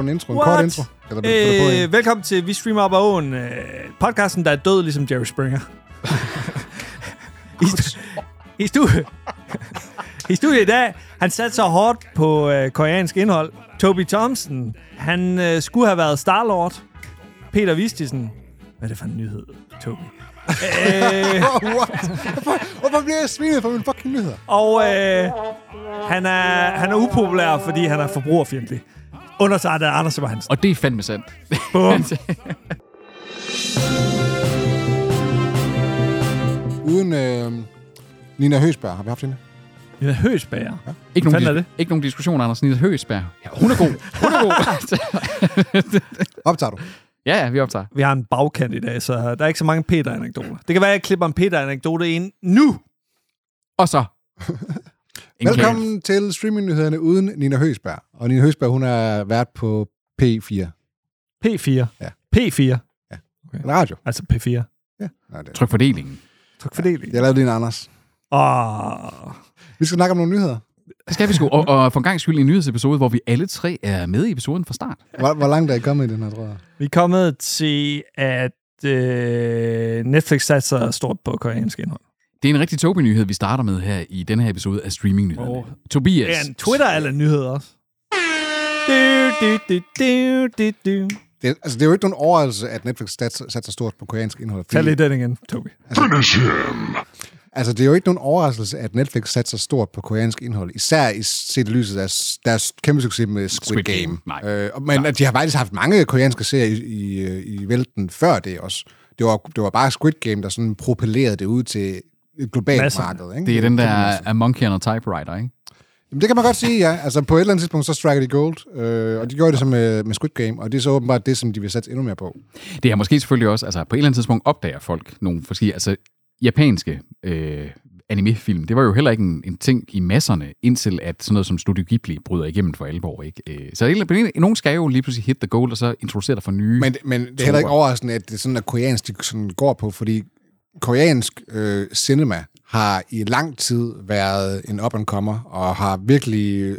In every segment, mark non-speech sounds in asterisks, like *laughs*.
en intro, en kort intro. Eller vil du få det på Øh, en? velkommen til Vi Streamer Op ad Åen, øh, podcasten, der er død ligesom Jerry Springer. I, stu- i, stu- I studiet i dag, han satte sig hårdt på øh, koreansk indhold. Toby Thompson, han øh, skulle have været Starlord. Peter Vistisen. Hvad er det for en nyhed, Toby? *laughs* øh, Åh, Oh, what? Hvorfor- Hvorfor bliver jeg svinet for mine fucking nyheder? og øh, han, er, han er upopulær, fordi han er forbrugerfjendtlig. Undersejt af Anders Sebastian. Og det er fandme sandt. *laughs* Altså, Bum. Uden øh, Nina Høsberg har vi haft hende. Nina Høsbager. ikke, nogen Fanden er det? dis- ikke nogen diskussion, Anders Nils Høgsberg. Ja, hun er god. *laughs* Hun er god. Optager du? ja, ja, vi optager. Vi har en bagkant i dag, så der er ikke så mange Peter-anekdoter. Det kan være, at jeg klipper en Peter-anekdote ind nu. Og *laughs* så... Ingen Velkommen til streamingnyhederne uden Nina Høsberg. Og Nina Høsberg, hun er vært på P4. P4. Ja. P4. En radio. Altså P4. Nej, det kære. Tryk fordelingen. Tak for det. Jeg lavede din Anders. Åh, Vi skal snakke om nogle nyheder. Det skal vi sgu. Og, og for en gang skyld en nyhedsepisode, hvor vi alle tre er med i episoden fra start. Hvor, hvor langt er I kommet i den her, tror jeg? vi er kommet til, at øh, Netflix satser stort på koreansk indhold. Det er en rigtig tåbelig nyhed, vi starter med her i denne her episode af streaming Åh. nyhederne. Tobias. Yes. En Twitter eller nyhed også. Du, du, du, du, du, du. Det, altså, det er jo ikke nogen overraskelse, at Netflix sats- satser stort på koreansk indhold. Tag Fordi, lige den igen, Tobi. altså, det er jo ikke nogen overraskelse, at Netflix satser stort på koreansk indhold. Især i set i lyset af deres, deres kæmpe succes med Squid, Squid Squid Game. Game. Nej. Øh, og- men at de har faktisk haft mange koreanske serier i, i, øh, i vælten før det også. Det var, det var bare Squid Game, der sådan propellerede det ud til et globalt Masser. marked. Ikke? Det er den der A Monkey on a Typewriter, ikke? Jamen, det kan man godt sige, ja. Altså, på et eller andet tidspunkt, så striker de gold, øh, og de gjorde det så med, med Squid Game, og det er så åbenbart det, som de vil satse endnu mere på. Det er måske selvfølgelig også, altså på et eller andet tidspunkt opdager folk nogle forskellige, altså japanske øh, animefilm, det var jo heller ikke en, en ting i masserne, indtil at sådan noget som Studio Ghibli bryder igennem for alvor, ikke? Øh, så et eller andet- nogen skal jo lige pludselig hit the goal, og så introducere dig for nye. Men, men det er heller ikke Super. overraskende, at det er sådan, at koreansk de sådan går på, fordi koreansk øh, cinema har i lang tid været en up-and-comer, og har virkelig øh,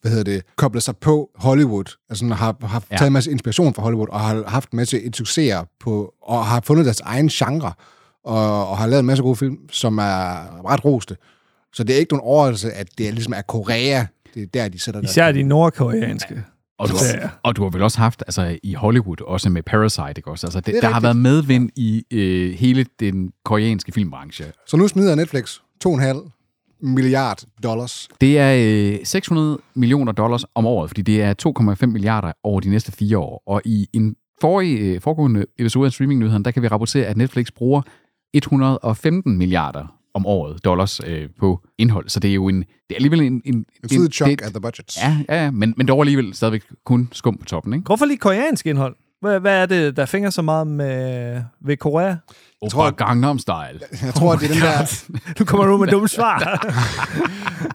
hvad hedder det, koblet sig på Hollywood, altså sådan har, har Ja. taget en masse inspiration fra Hollywood, og har haft en masse succeser på, og har fundet deres egen genre, og, og har lavet en masse gode film, som er ret roste. Så det er ikke nogen overraskelse, at det er, ligesom er Korea, det er der, de sætter deres- Især de nordkoreanske. Og du, Ja. har, og du har vel også haft, altså i Hollywood, også med Parasite, ikke også? Altså, det, der er har rigtigt. været medvind i øh, hele den koreanske filmbranche. Så nu smider Netflix 2,5 milliard dollars Det er øh, 600 millioner dollars om året, fordi det er 2,5 milliarder over de næste fire år. Og i en forrige, øh, foregående episode af streamingnyhederne, der kan vi rapportere, at Netflix bruger 115 milliarder om året dollars øh, på indhold. Så det er jo en, det er alligevel en... En, en, En tidlig chunk det- af the budget. Ja, ja, ja, men, men dog alligevel stadigvæk kun skum på toppen, ikke? Hvorfor lige koreansk indhold? Hvad, hvad er det, der fingrer så meget med, ved Korea? Jeg tror- tror, Gangnam Style. *laughs* Jeg tror, oh det er den Nu kommer du med dumme svar.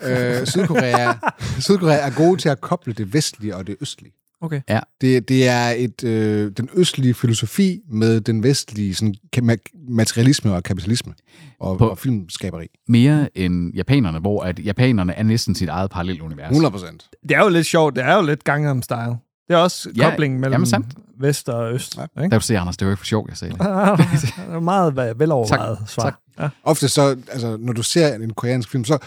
der... Øh, Sydkorea, *laughs* Sydkorea er gode til at koble det vestlige og det østlige. *laughs* Okay. Ja. Det, det er et, øh, den østlige filosofi med den vestlige sådan, ka- ma- materialisme og kapitalisme og, På- og filmskaberi. Mere end japanerne, hvor at japanerne er næsten sit eget parallelt univers. 100 procent. det er jo lidt sjovt. Det er jo lidt Gangnam Style. Det er også ja, Ja, koblingen mellem jamen sandt. vest og øst. Ja. Ikke? Der kan du se, Anders, det var jo ikke for sjov, jeg sagde det. det er meget vel- velovervejet Tak, svar. tak. Ja. Ofte så, altså, når du ser en koreansk film, så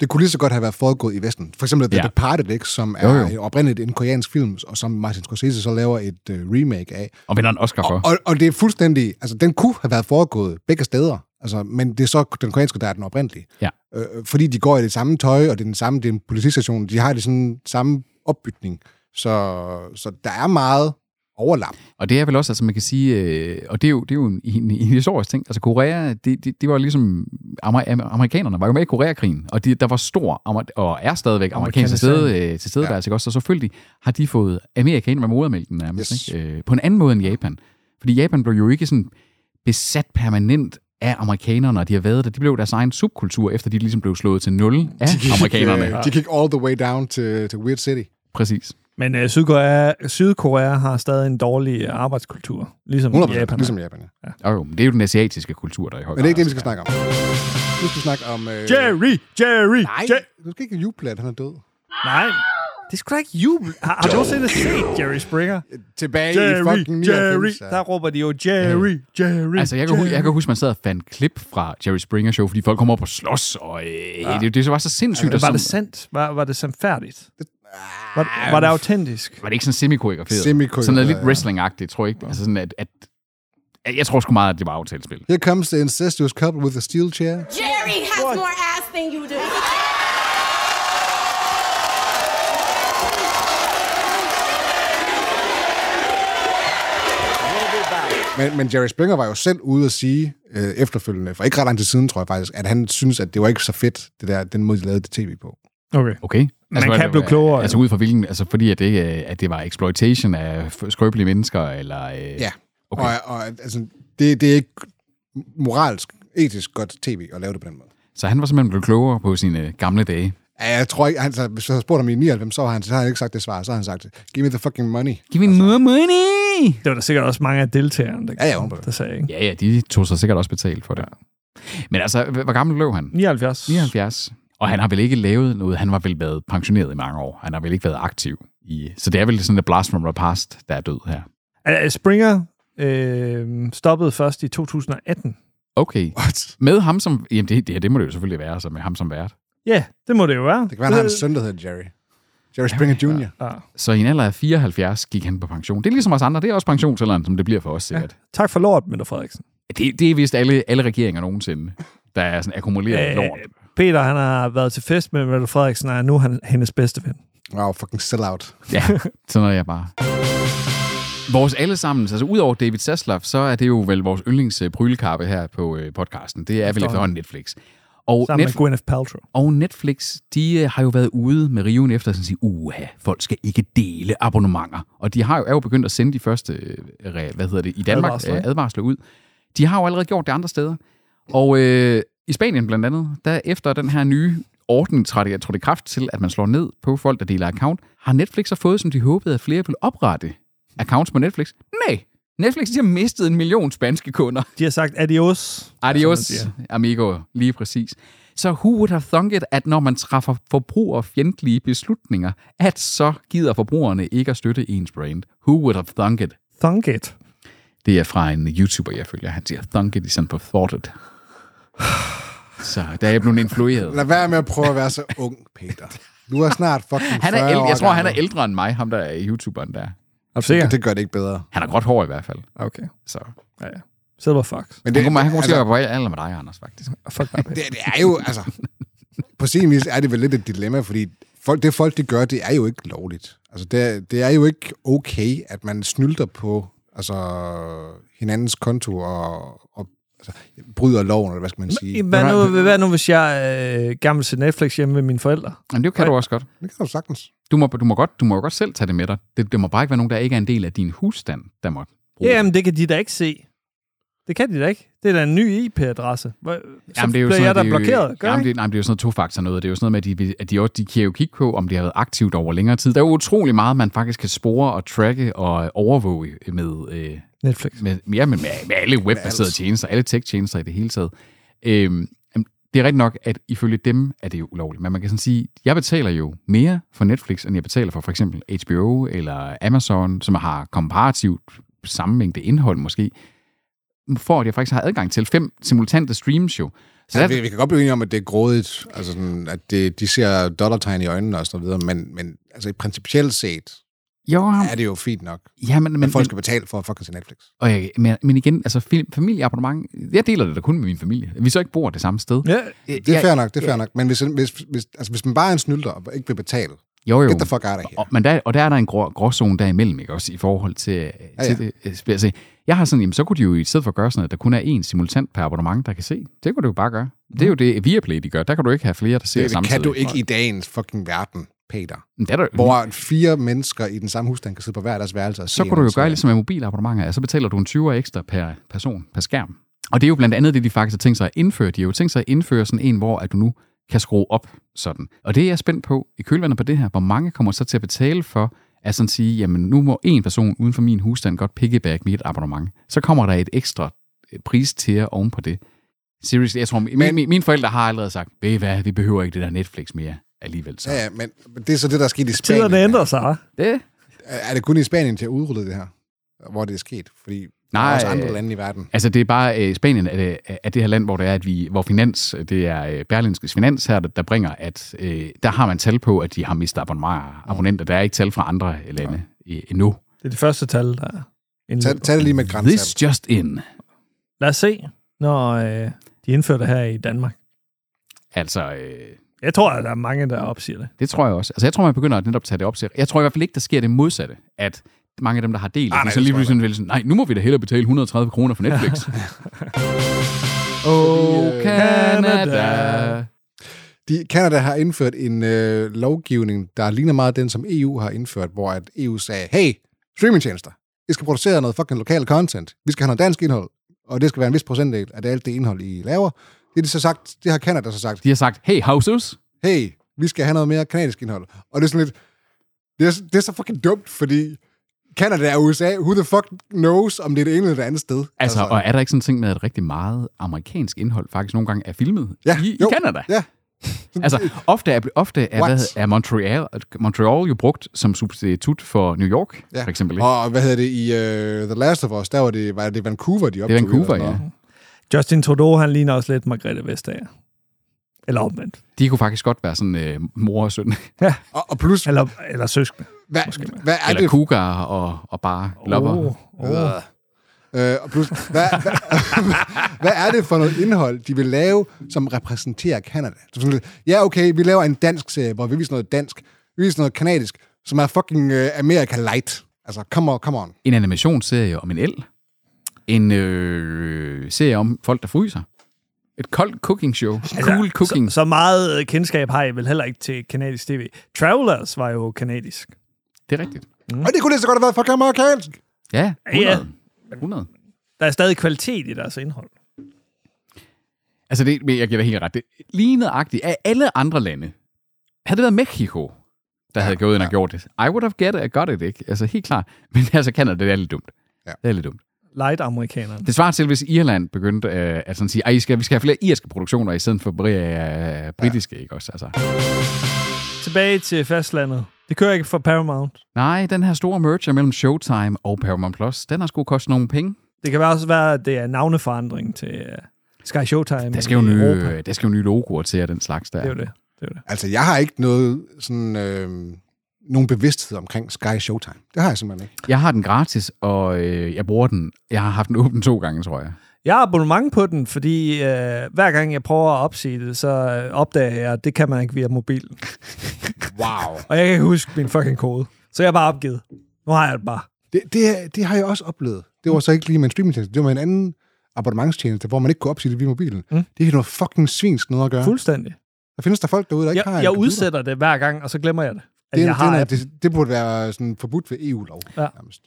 det kunne lige så godt have været foregået i Vesten. For eksempel The Ja. ja. Departed, ikke, som Jo, er jo. jo, jo. oprindeligt en koreansk film, og som Martin Scorsese så laver et øh, remake af. Og vinder en Oscar for. Og, og det er fuldstændig... Altså, den kunne have været foregået begge steder. Altså, men det er så den koreanske, der er den oprindelige. Ja. Øh, fordi de går i det samme tøj, og det er den samme det er en politistation. De har det sådan samme opbygning. Så, så der er meget overlap. Og det er vel også, altså man kan sige, øh, og det er jo, det er jo en, en, en historisk ting. Altså Korea, det, det, det var ligesom, amer, amer- amerikanerne var jo med i Koreakrigen, og de, der var stor, amer, og er stadigvæk amerikansk til stede, øh, tilstedeværelse, ja. også? Så selvfølgelig har de fået Amerika ind med modermælken nærmest, Yes. yes. ikke? Øh, på en anden måde end Japan. Fordi Japan blev jo ikke sådan besat permanent af amerikanerne, og de har været der. De blev deres egen subkultur, efter de ligesom blev slået til nul *laughs* af amerikanerne. Øh, de gik all the way down til, til Weird City. Præcis. Men øh, Sydkorea, Sydkorea har stadig en dårlig øh, arbejdskultur, ligesom 100%, Japan. ligesom Japan. Ja. Og jo, men det er jo den asiatiske kultur, der i høj Men det er ikke det, grad vi skal snakke om. Vi skal snakke om... Øh, Jerry, Jerry, Nej, Jerry. du skal ikke juble, at han er død. Nej, Det skulle da ikke jubel. Har, har du nogensinde set Jerry Springer? Tilbage i Jerry, fucking 99. Jerry. ja. Der råber de jo, Jerry, Jerry, Altså, jeg kan, huske, Jerry. jeg kan huske, man sad og fandt klip fra Jerry Springer Show, fordi folk kom op og slås, og øh, ja. det, det var så sindssygt. Men Altså, var var, det sådan, sandt? Var, var det sandfærdigt? Var, var Ah. det autentisk? var det ikke sådan semi-koreograferet? Semi-koreograferet, Sådan noget lidt ja. wrestling-agtigt, tror jeg ikke. Altså sådan, at, at, at jeg tror sgu meget, at det var aftalt spil. Here comes the incestuous couple with a steel chair. Jerry has more ass than you do. Men, men Jerry Springer var jo selv ude at sige øh, efterfølgende, for ikke ret lang tid siden, tror jeg faktisk, at han synes, at det var ikke så fedt, det der, den måde, de lavede det tv på. Okay. Okay. Man kan altså, blive klogere, Altså jo. ud fra hvilken, altså fordi at det, øh, at det var exploitation af f- skrøbelige mennesker, eller... Øh, Ja. Okay. Okay. Og, og altså, det, det er ikke moralsk, etisk godt tv at lave det på den måde. Så han var simpelthen blevet klogere på sine øh, gamle dage. Ja, jeg tror ikke, han, så, hvis jeg havde spurgt ham i 99, så har han, så har han ikke sagt det svar. Så har han sagt, give me the fucking money. Give me more money! Det var der sikkert også mange af deltagerne, der, Ja, ja, hun- der sagde, ikke? Ja, ja, de tog sig sikkert også betalt for det. Men altså, h- hvor gammel blev han? 79. 79. Og han har vel ikke lavet noget, han var vel været pensioneret i mange år. Han har vel ikke været aktiv. I, så det er vel sådan et blast from the past, der er død her. Er- er Springer øh, stoppede først i 2018. Okay. What? Med ham som... Jamen, det, det, her, det må det jo selvfølgelig være, så med ham som vært. Ja, det må det jo være. Det kan være, han har en Øh. søn, der hedder Jerry. Jerry Springer Jr. Ja. Så i en alder af 74 gik han på pension. Det er ligesom os andre. Det er også pensionsalderen, som det bliver for os sikkert. Tak for lort, Mette Frederiksen. Ja. Det, det er vist alle, alle regeringer nogensinde, der er sådan akkumuleret øh, lort. Øh, Peter, han har været til fest med Mette Frederiksen, og er nu han, hendes bedste Oh, ven. Wow, fucking sellout. *laughs* Ja, sådan er jeg bare. Vores allesammens, altså udover David Zaslav, så er det jo vel vores yndlings øh, brylekappe her på øh, podcasten. Det er vel efterhånden Netflix. Og, Sammen med Netf- Gwyneth Paltrow. og Netflix, de øh, har jo været ude med riven efter at sige, uha, folk skal ikke dele abonnementer. Og de har jo, er jo begyndt at sende de første, øh, re- hvad hedder det, i Danmark Advarsler, advarsler, ikke? advarsler ud. De har jo allerede gjort det andre steder. Og øh, i Spanien blandt andet, der efter den her nye ordning trådte jeg tror det kraft til, at man slår ned på folk, der deler account, har Netflix så fået, som de håbede, at flere ville oprette accounts på Netflix? Nej! Netflix de har mistet en million spanske kunder. De har sagt adios. Adios, Som man siger. amigo. Lige præcis. Så who would have thunk it, at når man træffer forbrugerfjendtlige beslutninger, at så gider forbrugerne ikke at støtte ens brand. Who would have thunk it? Thunk it. Det er fra en YouTuber, jeg følger. Han siger thunk it i stedet for thought it. *sighs* Så der er jeg blevet influeret. Lad være med at prøve at være så ung, Peter. Du er snart fucking Han er 40 ældre, år jeg tror, han er gammel. ældre end mig, ham der er YouTuberen der. Er du sikker? Det gør det ikke bedre. Han har gråt hår i hvert fald. Okay. Så. Ja, ja. Silver Fox. Men Han kunne, han kunne altså, altså, på alder med dig, Anders, faktisk. Fuck dig, Peter. det, det er jo, altså... På sin vis er det vel lidt et dilemma, fordi folk, det folk, de gør, det er jo ikke lovligt. Altså, det, er- det er jo ikke okay, at man snylder på altså, hinandens konto og, og altså, bryder loven, eller hvad skal man sige? Hvad nu, hvad nu, hvis jeg øh, gammel til Netflix hjemme med mine forældre? Men det kan du også godt. Det kan du sagtens. Du må, du må, godt, du må jo godt selv tage det med dig. Det, det må bare ikke være nogen, der ikke er en del af din husstand, der må bruge det. Jamen, det kan de da ikke se. Det kan de da ikke. Det er da en ny IP-adresse. Hvor- Så Jamen, det er jo bliver sådan, jeg da noget, det er jo- blokeret. Gør jamen, jeg det, nej, men det er jo sådan noget tofaktor noget. Det er jo sådan noget med, at de, at de, også, de kan jo kigge på, om det har været aktivt over længere tid. Der er jo utrolig meget, man faktisk kan spore og tracke og overvåge med, øh, ikke? Netflix. med, ja, med, med, med alle webbaserede tjenester, alle tech-tjenester i det hele taget. Øhm, jamen, det er rigtigt nok, at ifølge dem er det jo ulovligt. Men man kan sådan sige, jeg betaler jo mere for Netflix, end jeg betaler for for eksempel HBO eller Amazon, som har komparativt samme mængde indhold måske, for at jeg faktisk har adgang til fem simultante streams jo. Så Så der- Altså, vi, vi kan godt blive enige om, at det er grådigt, altså sådan, at det, de ser dollartegn i øjnene og sådan noget, videre, men, men altså, principielt set Jo, er det jo fint nok, ja, men, men, at folk men, skal betale for at fucking se Netflix. og jeg, men, men igen, altså film, familieabonnement, jeg deler det da kun med min familie. Vi så ikke bor det samme sted. Ja, Det er Jeg- fair nok, det er fair nok. Men hvis, hvis, hvis, altså, hvis man bare er en snylder og ikke vil betale, Jo, jo. get the fuck out of here. Og, men der, og der er der en grå, gråzone derimellem, ikke også, i forhold til, ja, ja. ja. til det. øh, spil. Altså, jeg har sådan, jamen, så kunne de jo i stedet for gøre sådan, at der kun er én simultant per abonnement, der kan se. Det kunne du jo bare gøre. Det er jo det, Viaplay de gør. Der kan du ikke have flere, der ser Mhm. Det, det samtidig. kan du ikke i dagens fucking verden, Peter. Men Der er der, Hvor fire mennesker i den samme husstand kan sidde på hver deres værelse og se så kunne du jo hinanden gøre serie. ligesom med mobilabonnementer, at så betaler du en 20 ekstra per person, per skærm. Og det er jo blandt andet det, de faktisk har tænkt sig at indføre. De har jo tænkt sig at indføre sådan en, hvor at du nu kan skrue op sådan. Og det er jeg spændt på i kølvandet på det her, hvor mange kommer så til at betale for at sådan sige, jamen nu må en person uden for min husstand godt piggyback mit abonnement. Så kommer der et ekstra øh, pris til oven på det. Seriously, jeg tror, min, Men- min, mine forældre har allerede sagt, ved I hvad, vi behøver ikke det der Netflix mere. alligevel. Så. Ja, ja, men det er så det, der er sket i Spanien. Tiderne ændrer sig. hva'? Det? Er det kun i Spanien til at udrulle det her? Hvor det er sket? Fordi Nej, der er Nej, også andre øh, lande i verden. Altså, det er bare øh, Spanien er det, er det her land, hvor det er, at vi, hvor finans, det er øh, Berlinskes finans her, der, der bringer, at øh, der har man tal på, at de har mistet abonnementer. abonnenter. Der er ikke tal fra andre øh, lande øh, endnu. Det er det første tal, der er Tag, indløbet. tag det lige med et grænsat. This just in. Lad os se, når øh, de indfører det her i Danmark. Altså, øh, Jeg tror, at der er mange, der opsiger det. det tror jeg også. Altså, jeg tror, man begynder at netop tage det op til. Jeg tror i hvert fald ikke, der sker det modsatte, at mange af dem, der har delt, Ah, ah, nej, nej, så det lige tror jeg pludselig vil sådan, nej, nu må vi da hellere betale 130 kroner for *laughs* Netflix. Fordi, oh, øh, Canada. De, Canada har indført en øh, lovgivning, der ligner meget den, som EU har indført, hvor at EU sagde, hey, streamingtjenester, I skal producere noget fucking lokal content. Vi skal have noget dansk indhold, og det skal være en vis procentdel af det, alt det indhold, I laver. Det, er de så sagt, det har Canada så sagt, De har sagt, hey, houses. hey, vi skal have noget mere kanadisk indhold. Og det er sådan lidt, det er, det er så fucking dumt, fordi Canada og USA, who the fuck knows, om det er det ene eller det andet sted. Altså, altså, og er der ikke sådan en ting med, at rigtig meget amerikansk indhold faktisk nogle gange er filmet ja, i, i jo, Canada? Ja, Altså, ofte er, ofte er, What? hvad, hedder- er Montreal, Montreal jo brugt som substitut for New York, ja. ja. for eksempel. Ikke? Og hvad hedder det, i uh, The Last of Us, der var det, var det Vancouver, de det er optog. Vancouver, eller sådan ja. noget. Justin Trudeau, han ligner også lidt Margrethe Vestager. Eller omvendt. De kunne faktisk godt være sådan øh, mor og søn, Ja. Og, og plus, Eller, eller søskende. Hvad, hvad er *laughs* eller det? cougar og, og bare lover. Åh, åh. Øh, og plus, hvad, *laughs* hvad, hvad er det for noget indhold, de vil lave, som repræsenterer Canada? Så sådan lidt, Ja, okay, vi laver en dansk serie, hvor vi viser noget dansk, vi viser noget kanadisk, som er fucking uh, America Light. Altså, come on, come on. En animationsserie om en el. En øh, serie om folk, der fryser. Et koldt cooking show. Cool Altså, cooking. Så, så meget øh, kendskab har jeg vel heller ikke til kanadisk tv. Travelers var jo kanadisk. Det er rigtigt. Mm. Og det kunne lige så godt have været fucking amerikansk. Ja, Ja. 100. 100. Der er stadig kvalitet i deres indhold. Altså, det, men jeg giver dig helt ret. Det, lige nøjagtigt af alle andre lande, havde det været Mexico, der ja, havde gået ind og gjort det. I would have get it, got it, ikke? Altså, helt klart. *laughs* Men altså, Canada, det er lidt dumt. Ja. Det er lidt dumt. Light amerikanerne. Det svarer til, hvis Irland begyndte øh, at sådan sige, at skal, vi skal have flere irske produktioner i stedet for bri- øh, britiske, ikke også? Altså. Tilbage til fastlandet. Det kører ikke for Paramount. Nej, den her store merger mellem Showtime og Paramount+, Plus, den har sgu kostet nogle penge. Det kan også være, at det er navneforandring til uh, Sky Showtime. Der skal, jo i nye, Europa. øh, der skal jo nye logoer til og den slags der. Det er jo det. det, er jo det. Altså, jeg har ikke noget sådan... Øh, nogen bevidsthed omkring Sky Showtime. Det har jeg simpelthen ikke. Jeg har den gratis, og øh, jeg bruger den. Jeg har haft den åben to gange, tror jeg. Jeg har abonnement på den, fordi øh, hver gang jeg prøver at opsige det, så øh, opdager jeg, at det kan man ikke via mobilen. Wow. Og jeg kan ikke huske min fucking kode. Så jeg har bare opgivet. Nu har jeg det bare. Det, det, det har jeg også oplevet. Det var så ikke lige med en streamingtjeneste, det var med en anden abonnementstjeneste, hvor man ikke kunne opsige det via mobilen. Mm. Det er noget fucking svinsk noget at gøre. Fuld. Fuldstændig. Der findes der folk derude, der Jeg, ikke har en jeg computer. udsætter det hver gang, og så glemmer jeg det. At det, er- jeg det, er har noget- appen. det, det burde være sådan forbudt ved EU-lov. Ja. Nærmest.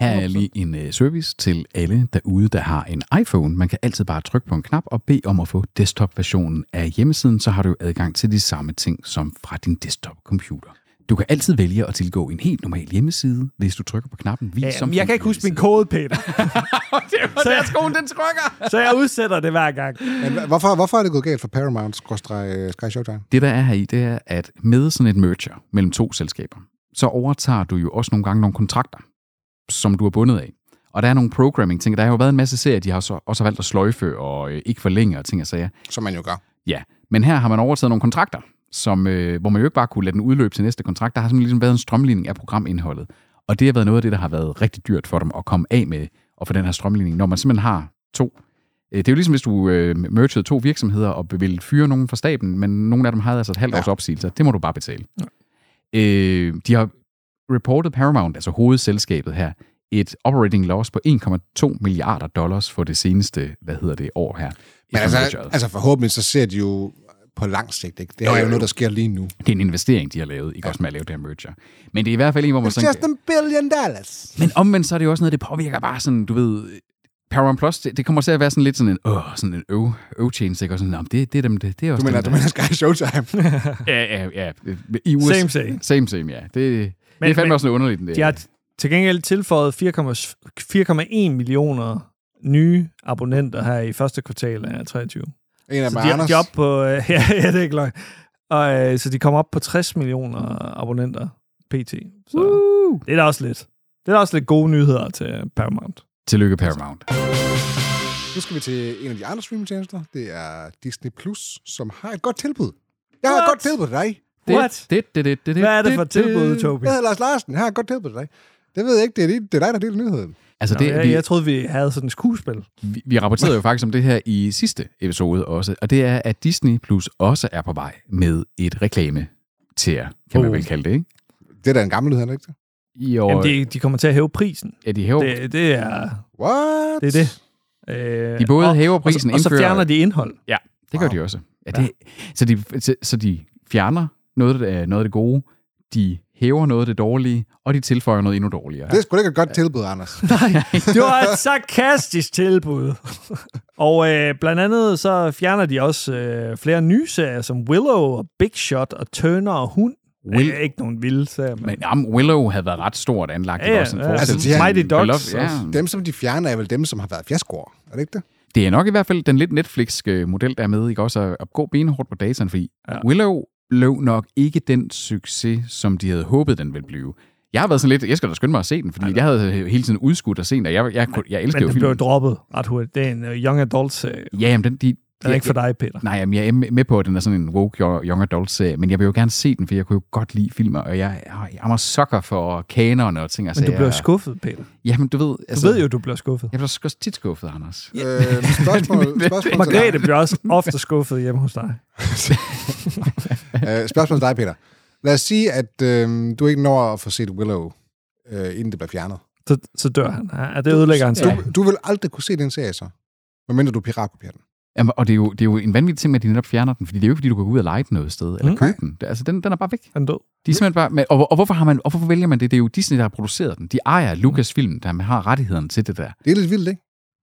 Her er lige en øh, service til alle derude, der har en iPhone. Man kan altid bare trykke på en knap og bede om at få desktop-versionen af hjemmesiden, så har du jo adgang til de samme ting som fra din desktop-computer. Du kan altid vælge at tilgå en helt normal hjemmeside, hvis du trykker på knappen. Vis Ja, som men jeg fuld kan ikke huske min hjemmeside. kode, Peter. Det var Så- der skoen, den trykker! Så jeg udsætter det hver gang. Men hva- hvorfor, hvorfor er det gået galt for Paramount skråstreg, øh, Sky Showtime? Det, der er her i, det er, at med sådan et merger mellem to selskaber, så overtager du jo også nogle gange nogle kontrakter, som du er bundet af. Og der er nogle programming-ting. Der har jo været en masse serier, de har så også har valgt at sløjfe og øh, ikke forlænge og ting og sager. Som man jo gør. Ja, men her har man overtaget nogle kontrakter, som, øh, hvor man jo ikke bare kunne lade den udløbe til næste kontrakt. Der har simpelthen ligesom været en strømligning af programindholdet. Og det har været noget af det, der har været rigtig dyrt for dem at komme af med og få den her strømligning, når man simpelthen har to. Øh, Det er jo ligesom, hvis du øh, mergede to virksomheder og ville fyre nogen fra staben, men nogle af dem havde altså et halvt års opsigelse. Det må du bare betale. Øh, de har reportet Paramount, altså hovedselskabet her, et operating loss på 1,2 milliarder dollars for det seneste, hvad hedder det, år her. Men efter altså, mergeret. altså forhåbentlig så ser de jo på lang sigt, ikke? Det er jo, jo noget, der sker lige nu. Det er en investering, de har lavet, ikke ja. også med at lave det her merger. Men det er i hvert fald en, hvor man sådan... a billion dollars. Men omvendt så er det jo også noget, det påvirker bare sådan, du ved... Paramount Plus, det, det kommer til at være sådan lidt sådan en, åh, sådan en øv, øv-tjeneste, ikke? Og sådan, "Nå, men det, det er dem, det, det er også Du mener, dem, du mener Sky *laughs* Showtime? der." Ja, ja, ja. I USA, Same, same. Same, same, ja. Det, det er Men- fandme men- også noget underligt, det. De har til gengæld tilføjet 4,1 millioner nye abonnenter her i første kvartal af 23. en af Så mig, de, Anders. *laughs* de er oppe på... Øh, ja, ja, det er ikke løgn. Og, øh, så de kommer op på 60 millioner abonnenter pt. Så det er da også lidt. Det er da også lidt gode nyheder til øh, Paramount. Tillykke Paramount. Nu skal vi til en af de andre streamingtjenester. Det er Disney+, Plus, som har et godt tilbud. Jeg har et What? godt tilbud til dig. What? Det, det, det, det, det, Hvad er det for det, det. tilbud, Tobi? Jeg hedder Lars Larsen. Jeg har et godt tilbud til dig. Det ved jeg ikke. Det er, lige- det er dig, der deler nyheden. Altså, Det, det, jeg, vi, jeg troede, vi havde sådan et skuespil. vi, vi rapporterede jo faktisk om det her i sidste episode også, og det er, at Disney Plus også er på vej med et reklame til jer, kan Uh. man Oh. vel kalde det, ikke? Det er da en gammel nyhed, er det ikke det? I år, Jamen, de, de kommer til at hæve prisen. ja, de hæver, Det, det er... What? Det er det. Øh, De både og- hæver prisen, og så, og så indfører- fjerner de indhold. Ja, det gør Wow. de også. Ja, det, så, de, så, så de fjerner noget af, noget af det gode, de hæver noget af det dårlige, og de tilføjer noget endnu dårligere. Det er sgu da ikke et godt tilbud, Anders. Det var et sarkastisk tilbud. og øh, blandt andet så fjerner de også øh, flere nye serier, som Willow og Big Shot og Turner og Hund. Will- Will- ikke nogen vilde serier, men... Men jamen, Willow havde været ret stort anlagt. Ja, det, var sådan ja. en Altså, de forestilling. her- Mighty Ducks Love- også. ja. Dem, som de fjerner, er vel dem, som har været fiaskoer. Er det ikke det? Det er nok i hvert fald den lidt Netflix-model, model, der er med, ikke også at, at gå benhårdt på dataen, fordi ja. Willow løb nok ikke den succes, som de havde håbet, den ville blive. Jeg har været sådan lidt, jeg skal da skynde mig at se den, fordi jeg havde øh, hele tiden udskudt at se den, og jeg, jeg, jeg, kunne- jeg elsker Men jo den blev filmen. droppet ret hurtigt. Det er en uh, young adult serie. Ja, jamen, den, de, den Den er ikke for dig, Peter. Nej, jamen, jeg er med på, at den er sådan en woke yo- young adult serie, men jeg vil jo gerne se den, for jeg kunne jo godt lide filmer, og jeg, jeg er meget sucker for kanerne og ting. Men du blev skuffet, Peter. Du Jamen, du ved... altså, ved jo, du blev skuffet. Jeg bliver sgu tit skuffet, Anders. Yeah. *laughs* Øh, spørgsmål, spørgsmål, altså- til dig. Margrethe bliver også ofte skuffet hjemme hos dig. Øh, spørgsmål til dig, Peter. Lad os sige, at øh, du ikke når at få set Willow, øh, inden det bliver fjernet. Så, så dør han. Ja, det ødelægger han sig. Ja. Du vil aldrig kunne se den serie så, medmindre du piratkopierer den. Jamen, og det er, jo, det er jo en vanvittig ting, med, at de netop fjerner den, fordi det er jo ikke, fordi du kan gå ud og lege den noget sted, eller Mm. købe den. Det- Altså, den, den er bare væk. Han død. De er simpelthen bare, men, og, hvor- og, hvorfor har man, og hvorfor vælger man det? Det er jo Disney, der har produceret den. De ejer Lucasfilm, der har rettighederne til det der. Det er lidt vildt, ikke?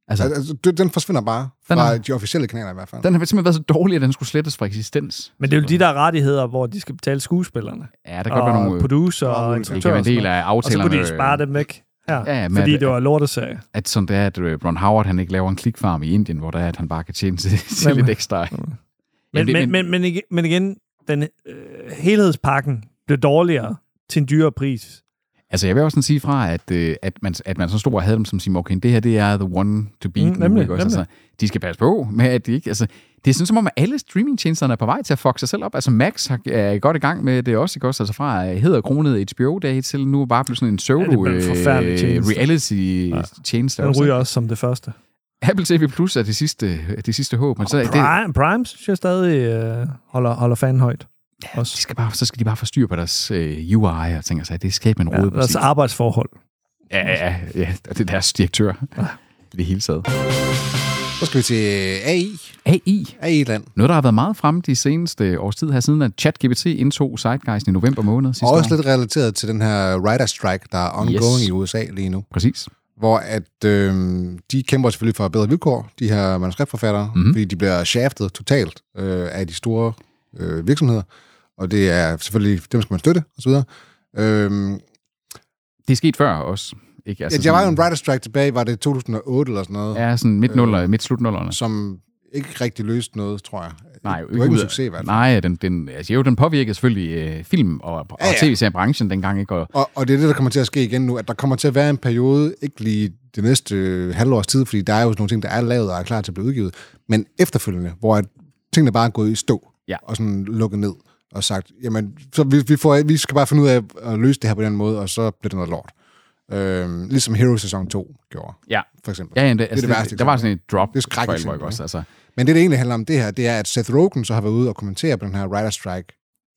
Altså, Altså, altså, du- den forsvinder bare Den fra har- de officielle kanaler i hvert fald. den har simpelthen været så dårlig, at den skulle slettes fra eksistens. Men det er jo de der rettigheder, hvor de skal betale skuespillerne. Ja, der kan godt være Og nogle... øh, producer og og muligheder. Det kan instruktører. være en og sådan del af Og så aftalerne. kunne de spare dem væk her, øh, Ja, ja, ja, men fordi at- det var en lorteserie. at sådan det er, at øh, Ron Howard han ikke laver en klikfarm i Indien, hvor der er, at han bare kan tjene *laughs* til, til Men- lidt ekstra. Mm. Men, det- men, men, men, igen- men igen, den øh, helhedspakken blev dårligere til en dyrere pris. Altså, jeg vil også sådan sige fra, at, øh, at, man, at man så stod og havde dem som sin okay, det her, det er the one to beat. Mm, nu, nemlig, ikke også? Altså, de skal passe på med, at de ikke... Altså, det er sådan, som om at alle streamingtjenesterne er på vej til at fuck sig selv op. Altså, Max har, er godt i gang med det også, ikke også? Altså, fra hedder kronet HBO-dag til nu bare blevet sådan en Ja, det er pseudo øh, blevet en forfærdelig tjeneste. reality-tjeneste. Den også. ryger også som det første. Apple TV Plus er det sidste, øh, det sidste håb, men så er det, Prime, Prime synes jeg stadig øh, holder, holder fanden højt. de Også. skal bare, så skal de bare få styr på deres øh, UI og ting og sager. Det skaber en Ja, altså, rode på deres sit. arbejdsforhold. Ja, ja, ja. Og det er deres direktør. I det hele taget. Så skal vi til AI. AI. AI-land. Noget, der har været meget frem de seneste års tid her, siden at ChatGPT indtog Zeitgeist i november måned sidste Og også år. lidt relateret til den her writer strike, der er ongoing Yes. yes. i USA lige nu. Præcis. Hvor at, øh, de kæmper selvfølgelig for bedre vilkår, de her manuskriptforfattere, Mhm. mm-hmm. fordi de bliver shaftet totalt øh, af de store øh, virksomheder. Og det er selvfølgelig, dem skal man støtte, osv. Øhm, Det er sket før også. Ikke? ja, der var jo en Altså sådan- writer strike tilbage, var det 2008 eller sådan noget, ja. Ja, sådan Øh, midt, nuller, midt slutnullerne. som ikke rigtig løste noget, tror jeg. Nej, det var ikke ud en af- succes i hvert fald. Nej, den, den, altså, jo, den påvirkede selvfølgelig øh, film og, og Ja, ja. tv-seriebranchen dengang. Ikke? Og, Og, og det er det, der kommer til at ske igen nu, at der kommer til at være en periode, ikke lige det næste øh, halvårs tid, fordi der er jo nogle ting, der er lavet og er klar til at blive udgivet, men efterfølgende, hvor at tingene bare er gået i stå Ja. og sådan lukket ned og sagt, jamen, så vi, vi, får, vi skal bare finde ud af at løse det her på den måde, og så bliver det noget lort. Øhm, ligesom Hero Sæson 2 gjorde, ja. for eksempel. Ja, ja, det, altså, det, det det værste der var eksempel. sådan et drop Det er skræk for alvor, eksempel, ikke også. ikke? Altså, Men det, det egentlig handler om det her, det er, at Seth Rogen så har været ude og kommentere på den her writer strike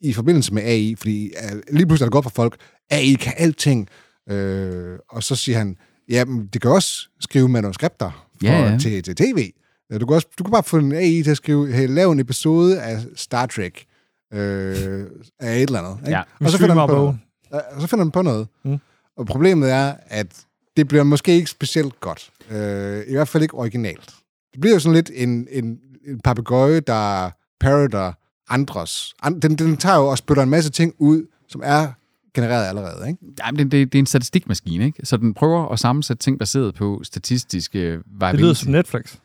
i forbindelse med AI, fordi øh, lige pludselig er det godt for folk, AI kan alting. Øh, og så siger han, ja, det kan også skrive manuskripter for, Ja, ja, ja. ja. Til, til tv. Øh, Du kan, også, du kan bare få en AI til at skrive, hey, lav en episode af Star Trek øh, af et eller andet. Ikke? Ja. Vi og, så finder streamer han på, bogen. øh, og så finder han på noget. Mm. Mm. Og problemet er, at det bliver måske ikke specielt godt. Øh, I hvert fald ikke originalt. Det bliver jo sådan lidt en, en, en papegøje, der parroter andres. An, den, den tager jo og spytter en masse ting ud, som er genereret allerede. Ikke? Jamen, det, det, det er en statistikmaskine, ikke? Så den prøver at sammensætte ting baseret på statistiske Det lyder som Netflix.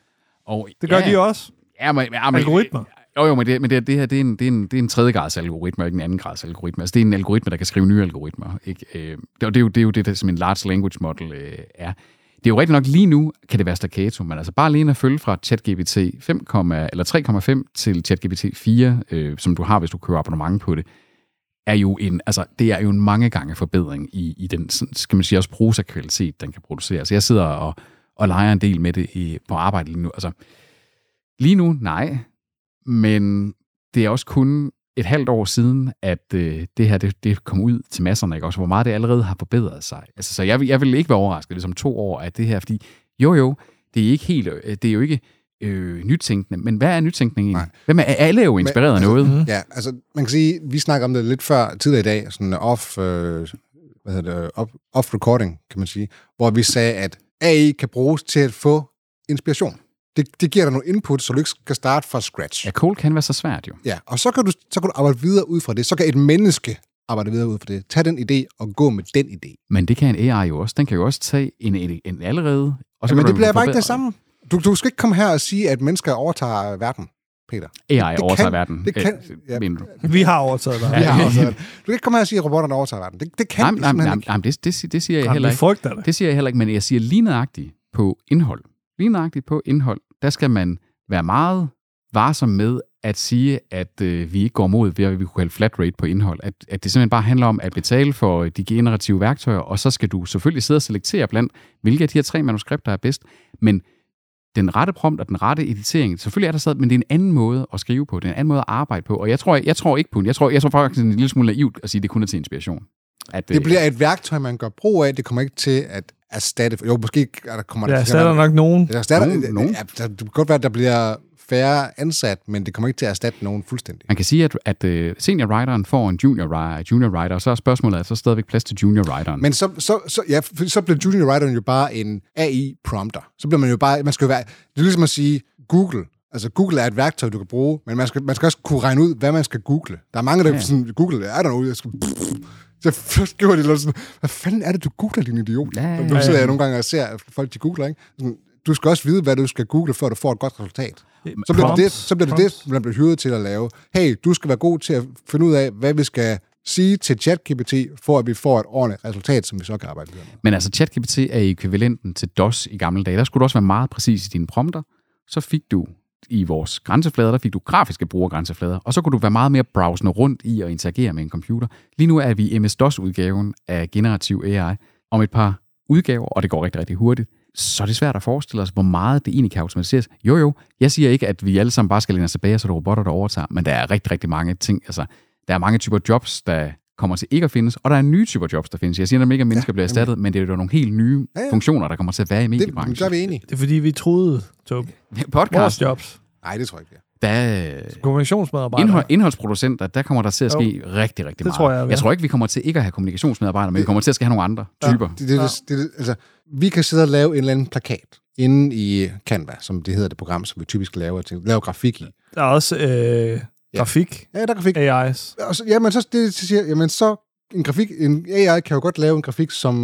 Og, Det gør ja, de også. Ja, men, ja, men, Algoritmer. Jo, jo, men det, men det, det her, det er en, det er en, det er en tredjegrads algoritme, og ikke en anden grads algoritme. Altså, det er en algoritme, der kan skrive nye algoritmer. Ikke? Øh, det, og det, er jo, det er jo det, der, som en large language model øh, er. Det er jo rigtigt nok, lige nu kan det være staccato, men altså bare alene at følge fra ChatGPT 5, eller 3,5 til ChatGPT 4, øh, som du har, hvis du kører abonnement på det, er jo en, altså, det er jo en mange gange forbedring i, i den, sådan, skal man sige, også prosa-kvalitet, den kan producere. Så jeg sidder og, og leger en del med det i, på arbejde lige nu. Altså, lige nu, nej, men det er også kun et halvt år siden, at øh, det her det, det kom ud til masserne, ikke? Også, hvor meget det allerede har forbedret sig. Altså, så jeg, vil- jeg vil ikke være overrasket ligesom to år af det her, fordi jo jo, det er, ikke helt, øh, det er jo ikke øh, nytænkende, men hvad er nytænkning egentlig? Hvem er, alle er jo inspireret af noget. Mm. Ja, altså man kan sige, vi snakker om det lidt før tidligere i dag, sådan off, øh, hvad hedder det, off, off recording, kan man sige, hvor vi sagde, at AI kan bruges til at få inspiration. Det, det giver dig nogle input, så du ikke skal starte fra scratch. Ja, cold kan være så svært jo. Ja, og så kan, du, så kan du arbejde videre ud fra det. Så kan et menneske arbejde videre ud fra det. Tag den idé og gå med den idé. Men det kan en AI jo også. Den kan jo også tage en, en, en allerede. Og så Men kan det du bliver bare ikke forbedre det samme. Du, du skal ikke komme her og sige, at mennesker overtager verden, Peter. AI Det overtager kan- verden. det kan- Øh, ja. mener du? Vi har overtaget dig. Vi har også- du kan ikke komme her og sige, at robotterne overtager verden. Det, det kan Nej, de nej, simpelthen nej, ikke. nej, det, det, si- det siger jeg Jamen, heller vi ikke. frygter det. Det siger jeg heller ikke, men jeg siger lige nøjagtigt på indhold. Lige nøjagtigt på indhold, der skal man være meget varsom med at sige, at øh, vi ikke går mod, hvad vi kunne kalde flat rate på indhold. At, at det simpelthen bare handler om at betale for øh, de generative værktøjer, og så skal du selvfølgelig sidde og selektere blandt, hvilke af de her tre manuskripter er bedst. Men den rette prompt og den rette editering, selvfølgelig er der stadig, men det er en anden måde at skrive på, det er en anden måde at arbejde på, og jeg tror, jeg, jeg tror ikke på den. Jeg tror, jeg tror faktisk, det er en lille smule naivt at sige, at det kun er til inspiration. At, øh, Det bliver et værktøj, man gør brug af. Det kommer ikke til at erstatte... Jo, måske er der kommer Jeg til at- erstatter nok nogen. Der erstatter, Nogen- nogen. Ja, der, det kan godt være, at der bliver færre ansat, men det kommer ikke til at erstatte nogen fuldstændig. Man kan sige, at, at øh, senior-writeren får en junior-writer, junior writer, og så er spørgsmålet, er så stadigvæk plads til junior-writeren. Men så, så, så, ja, for så bliver junior writeren jo bare en AI-prompter. Så bliver man jo bare... Man skal jo være, det er ligesom at sige Google. Altså, Google er et værktøj, du kan bruge, men man skal, man skal også kunne regne ud, hvad man skal google. Der er mange, der ja. sådan, Google, er der noget, jeg skal... Så skriver de lidt sådan, hvad fanden er det, du googler, din idiot? Ja, Ja, ja, ja, Nu sidder jeg nogle gange og ser, at folk de googler, ikke? Sådan, du skal også vide, hvad du skal google, før du får et godt resultat. Så bliver, det, det, Prompts. så bliver det Prompts. det, man bliver hyret til at lave. Hey, du skal være god til at finde ud af, hvad vi skal sige til ChatGPT, for at vi får et ordentligt resultat, som vi så kan arbejde videre med. Men altså, ChatGPT er ekvivalenten til DOS i gamle dage. Der skulle du også være meget præcis i dine prompter. Så fik du i vores grænseflader, der fik du grafiske brugergrænseflader, og så kunne du være meget mere browsende rundt i og interagere med en computer. Lige nu er vi i MS-DOS-udgaven af generativ AI. Om et par udgaver, og det går rigtig, rigtig hurtigt, så er det svært at forestille os, hvor meget det egentlig kan automatiseres. Jo, jo, jeg siger ikke, at vi alle sammen bare skal læne os tilbage, så der er robotter, der overtager, men der er rigtig, rigtig mange ting. Altså, der er mange typer jobs, der kommer til ikke at findes, og der er nye typer jobs, der findes. Jeg siger nemlig ikke, at mennesker bliver erstattet, men det er jo nogle helt nye Ja, ja. funktioner, der kommer til at være i mediebranchen. Det, så er vi enige. Det er fordi, vi troede, Tob. Vores *laughs* Podcast, jobs. Nej, det tror jeg ikke. det er. der, Kommunikationsmedarbejdere. indhold, indholdsproducenter, der kommer der til at ske Jo. rigtig, rigtig meget. tror jeg, vi jeg er. tror ikke, vi kommer til ikke at have kommunikationsmedarbejdere, men vi kommer til at skal have nogle andre typer. Det, det, det, det, det, altså, vi kan sidde og lave en eller anden plakat inde i Canva, som det hedder det program, som vi typisk laver, til, laver grafik i. Der er også øh, grafik. Ja, der er grafik. AIs. Og så, jamen, så, det, så siger, jeg, jamen, så en grafik, en AI kan jo godt lave en grafik, som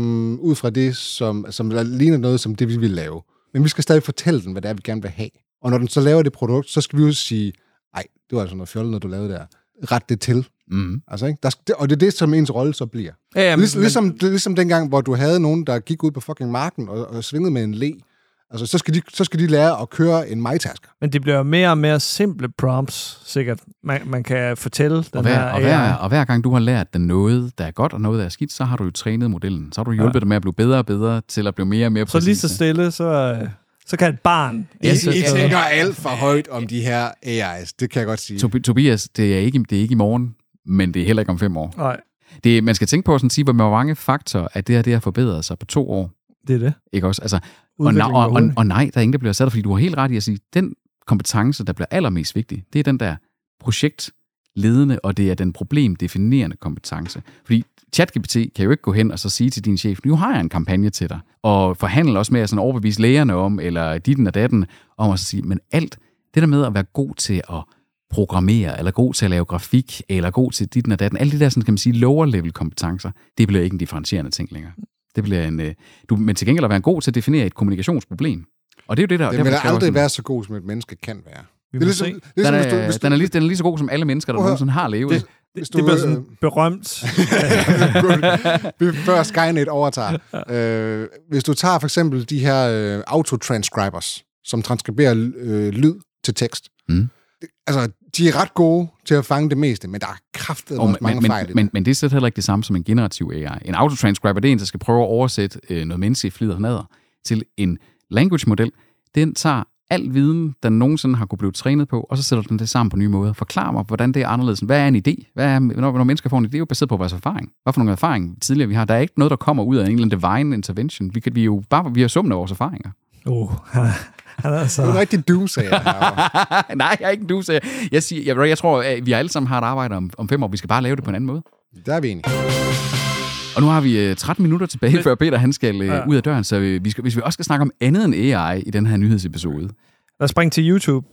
ud fra det, som, som ligner noget, som det vi vil lave. Men vi skal stadig fortælle den, hvad det er, vi gerne vil have. Og når den så laver det produkt, så skal vi jo sige, nej, det var altså noget fjollet, når du lavede det der. Ret det til. Mm. Altså, ikke? Der, skal- det- og det er det, som ens rolle så bliver. Ja, ja, men- Liges, ligesom, det er ligesom dengang, hvor du havde nogen, der gik ud på fucking marken og, og svingede med en le. Altså, så skal, de, så skal de lære at køre en majtasker. Men det bliver jo mere og mere simple prompts, sikkert. Man, man kan fortælle den Og hver, her og, hver, og hver gang du har lært den noget, der er godt og noget, der er skidt, så har du jo trænet modellen. Så har du hjulpet ja. dig med at blive bedre og bedre til at blive mere og mere Så lige så præcis. stille, så, øh, så kan et barn... Ja, så- I ja. tænker alt for højt om de her AI's. Det kan jeg godt sige. Tobi- Tobias, det er, ikke, det er ikke i morgen, men det er heller ikke om fem år. Nej, Det, man skal tænke på sådan at sige, hvor mange faktorer, at det her det har forbedret sig på to år. det er det. Ikke også? Altså, og, Udviklingen nej, og, er og, hurtig. og, nej, der er ingen, der bliver sat, fordi du har helt ret i at sige, den kompetence, der bliver allermest vigtig, det er den der projektledende, og det er den problemdefinerende kompetence. Fordi ChatGPT kan jo ikke gå hen og så sige til din chef, nu har jeg en kampagne til dig, og forhandle også med at sådan overbevise lægerne om, eller ditten og datten, om at så sige, men alt det der med at være god til at programmere, eller god til at lave grafik, eller god til dit og datten. Alle de der, sådan, kan man sige, lower level kompetencer, det bliver ikke en differentierende ting længere. Det bliver en, øh, du, men til gengæld at være god til at definere et kommunikationsproblem. Og det er jo det, der... Den derfor vil skal jeg aldrig også- være så god, som et menneske kan være. Vi Det er må ligesom, se. Den ligesom hvis du, er, hvis du, den, er *laughs* lige, den er lige så god som alle mennesker, der Prøv at høre. nogensinde har levet. Det- Det, hvis du, det bliver øh, sådan berømt. *laughs* *laughs* vi før Skynet *laughs* overtager. Øh, hvis du tager for eksempel de her øh, autotranscribers, som transkriberer øh, lyd til tekst. Mm. Det- Altså, de er ret gode til at fange det meste, men der er kraftet og, også mange men, men, fejl. i det. men, men det er slet heller ikke det samme som en generativ AI. En autotranscriber, det er en, der skal prøve at oversætte øh, noget menneskeligt flider nader til en language-model. Den tager al viden, den nogensinde har kunne blive trænet på, og så sætter den det sammen på nye måder. Forklar mig, hvordan det er anderledes. Hvad er en idé? Hvad er, når, når mennesker får en idé, det er jo baseret på vores erfaring. Hvad for nogle erfaring tidligere vi har? Der er ikke noget, der kommer ud af en eller anden divine intervention. Vi, kan, vi, er jo bare, vi har summen af vores erfaringer. *laughs* Oh, han, er- han er altså... Det er en rigtig doom, sagde *laughs* jeg. herovre. Nej, jeg er ikke en du, jeg, jeg, siger, jeg, jeg tror, at vi alle sammen har et arbejde om, om fem år. Vi skal bare lave det på en anden måde. Der er vi enige. Og nu har vi øh, 13 minutter tilbage, før Peter han skal øh, ud af døren, så øh, vi skal, hvis vi også skal snakke om andet end AI i den her nyhedsepisode. Lad os springe til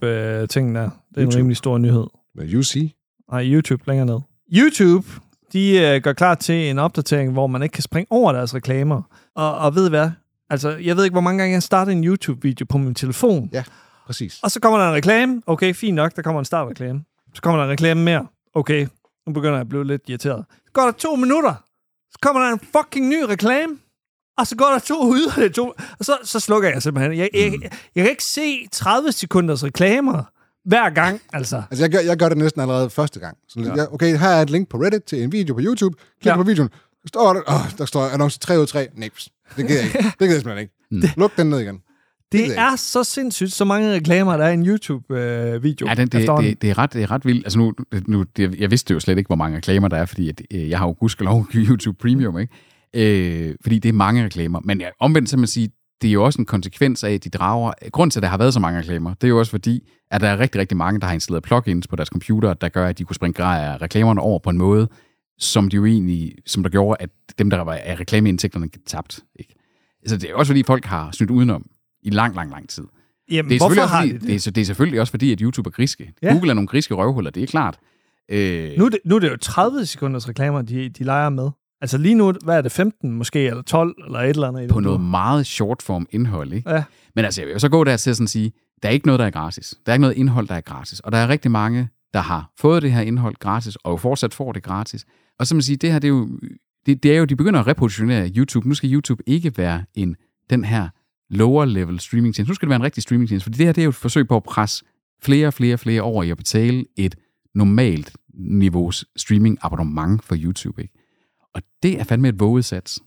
YouTube-tingen der. Det er en YouTube. rimelig stor nyhed. Well, you see. Nej, YouTube længere ned. YouTube, de øh, gør klar til en opdatering, hvor man ikke kan springe over deres reklamer. Og, og ved I hvad? Altså, jeg ved ikke, hvor mange gange jeg starter en YouTube-video på min telefon. Ja, præcis. Og så kommer der en reklame. Okay, fint nok, der kommer en startreklame. Så kommer der en reklame mere. Okay, nu begynder jeg at blive lidt irriteret. Så går der to minutter. Så kommer der en fucking ny reklame. Og så går der to *laughs* yderligere to. Og så, så slukker jeg simpelthen. Jeg, jeg, Mm. jeg, jeg kan ikke se 30 sekunders reklamer hver gang, altså. Altså, jeg gør, jeg gør det næsten allerede første gang. Så, ja. jeg, okay, her er et link på Reddit til en video på YouTube. Klik Ja. ja. på videoen. Der står, der, oh, der står annonce 3 ud af 3. Nips. Det gider jeg ikke. Det gider jeg simpelthen ikke. *laughs* Luk den ned igen. ved Det jeg er så sindssygt, så mange reklamer, der er i en YouTube-video. Ja, det, det, det, det, er ret, det er ret vildt. Altså nu, nu, det, jeg vidste jo slet ikke, hvor mange reklamer der er, fordi at, øh, jeg har jo gudskelov *laughs* YouTube Premium, ikke? Øh, fordi det er mange reklamer. Men ja, omvendt så man sige, det er jo også en konsekvens af, at de drager... Grunden til, at der har været så mange reklamer, det er jo også fordi, at der er rigtig, rigtig mange, der har installeret plugins på deres computer, der gør, at de kunne springe grej af reklamerne over på en måde, som de jo egentlig, som der gjorde, at dem, der var af reklameindtægterne, gik tabt. Ikke? Altså, det er også fordi, folk har snydt udenom i lang, lang, lang tid. Jamen, Det er hvorfor selvfølgelig også, har fordi, de det? det? er, så det er selvfølgelig også fordi, at YouTube er griske. Ja. Ja. Google er nogle griske røvhuller, det er klart. Øh, Nu, er det? Nu er det jo 30 sekunders reklamer, de, de leger med. Altså lige nu, hvad er det, 15 måske, eller 12, eller et eller andet? i på den noget dur. meget short form indhold. Ikke? Ja. Men altså, jeg vil jo så gå der til at sådan sige, der er ikke noget, der er gratis. Der er ikke noget indhold, der er gratis. Og der er rigtig mange, der har fået det her indhold gratis, og jo fortsat får det gratis. Og så må man sige, det her, det er jo, det, det er jo de begynder at repositionere YouTube. Nu skal YouTube ikke være en, den her lower level streamingtjeneste. Nu skal det være en rigtig streamingtjeneste, fordi det her, det er jo et forsøg på at presse flere og flere og flere over i at betale et normalt niveaus streaming abonnement for YouTube. Ikke? Og det er fandme et våget sats.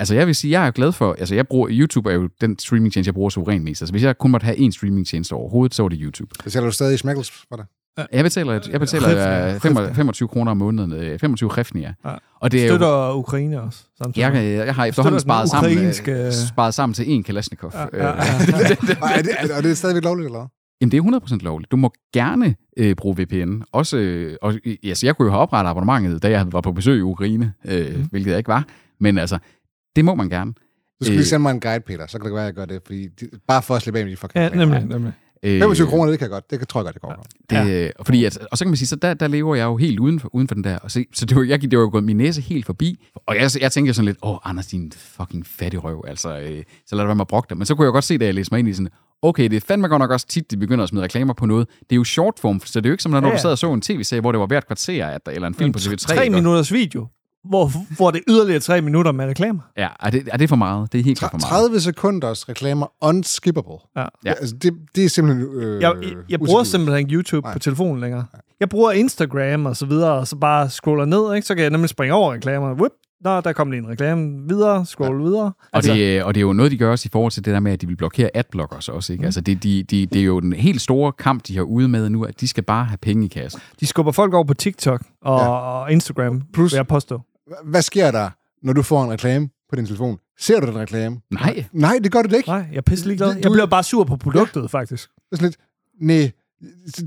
Altså jeg vil sige, jeg er jo glad for, altså jeg bruger, YouTube er jo den streamingtjeneste, jeg bruger suverænt mest. Altså hvis jeg kun måtte have én streamingtjeneste overhovedet, så var det YouTube. Så sælger du stadig Smackles for dig. Jeg betaler, jeg betaler Hrefnia, øh, fem- 25 kroner om måneden, øh, 25 hrefnier. Ja. Og det er jo, Støtter Ukraine også. Samtidig. jeg, kan- jeg har efterhånden Støtter den sparet sammen, ukrainske- øh, sparet sammen til én Kalashnikov. ja, ja, Øh, *laughs* ja. Og er det, er, er det stadigvæk lovligt, eller hvad? Jamen, det er 100% lovligt. Du må gerne øh, bruge VPN. Også, øh, og, altså, jeg kunne jo have oprettet abonnementet, da jeg var på besøg i Ukraine, øh, mm. Mhm. hvilket jeg ikke var. Men altså, det må man gerne. Du skal lige Øh. sende mig en guide, Peter. Så kan det være, at jeg gør det. Fordi de, bare for at slippe af med de fucking ja, reklamer. nemlig, nemlig. Øh, 25 kroner, det kan jeg godt. Det kan, tror jeg godt, det går. Det, ja. fordi at, og så kan man sige, så der, der lever jeg jo helt uden for, uden for den der. Og så, så det var, jeg, gik- det var jo gået min næse helt forbi. Og jeg, jeg tænkte jo sådan lidt, åh, Anders, din fucking fattig røv, altså, øh, så lad det være med at brokke dig. Men så kunne jeg godt se, da jeg læste mig ind i sådan, okay, det er fandme godt nok også tit, de begynder at smide reklamer på noget. Det er jo short form, så det er jo ikke som, når Ja, ja. ja. du sad og så en tv-serie, hvor det var hvert kvarter, at der, eller en film på TV3. Tre ikke? minutters video, hvor, hvor det er yderligere tre minutter med reklamer. Ja, er det, er det for meget? Det er helt klart for meget. 30 sekunders reklamer unskippable. Ja. Ja. Altså, det, det er simpelthen øh, Jeg, jeg, jeg bruger utilgiveligt. simpelthen YouTube på telefonen længere. Jeg bruger Instagram og så videre, og så bare scroller ned, ikke? så kan jeg nemlig springe over reklamer. Whip. Nå, der kom lige en reklame. Videre, scroll videre. Og, det, øh, og det er jo noget, de gør også i forhold til det der med, at de vil blokere adblockers også. Ikke? Altså, det, de, de, det er jo den helt store kamp, de har ude med nu, at de skal bare have penge i kassen. De skubber folk over på TikTok og, ja. og Instagram, Plus, Plus- vil jeg påstå. Hvad sker der, når du får en reklame på din telefon? Ser du den reklame? Nej, Nej, det gør du da ikke. Nej, jeg er pisse ligeglad. Du- Jeg bliver bare sur på produktet, faktisk. Det er sådan lidt, nej,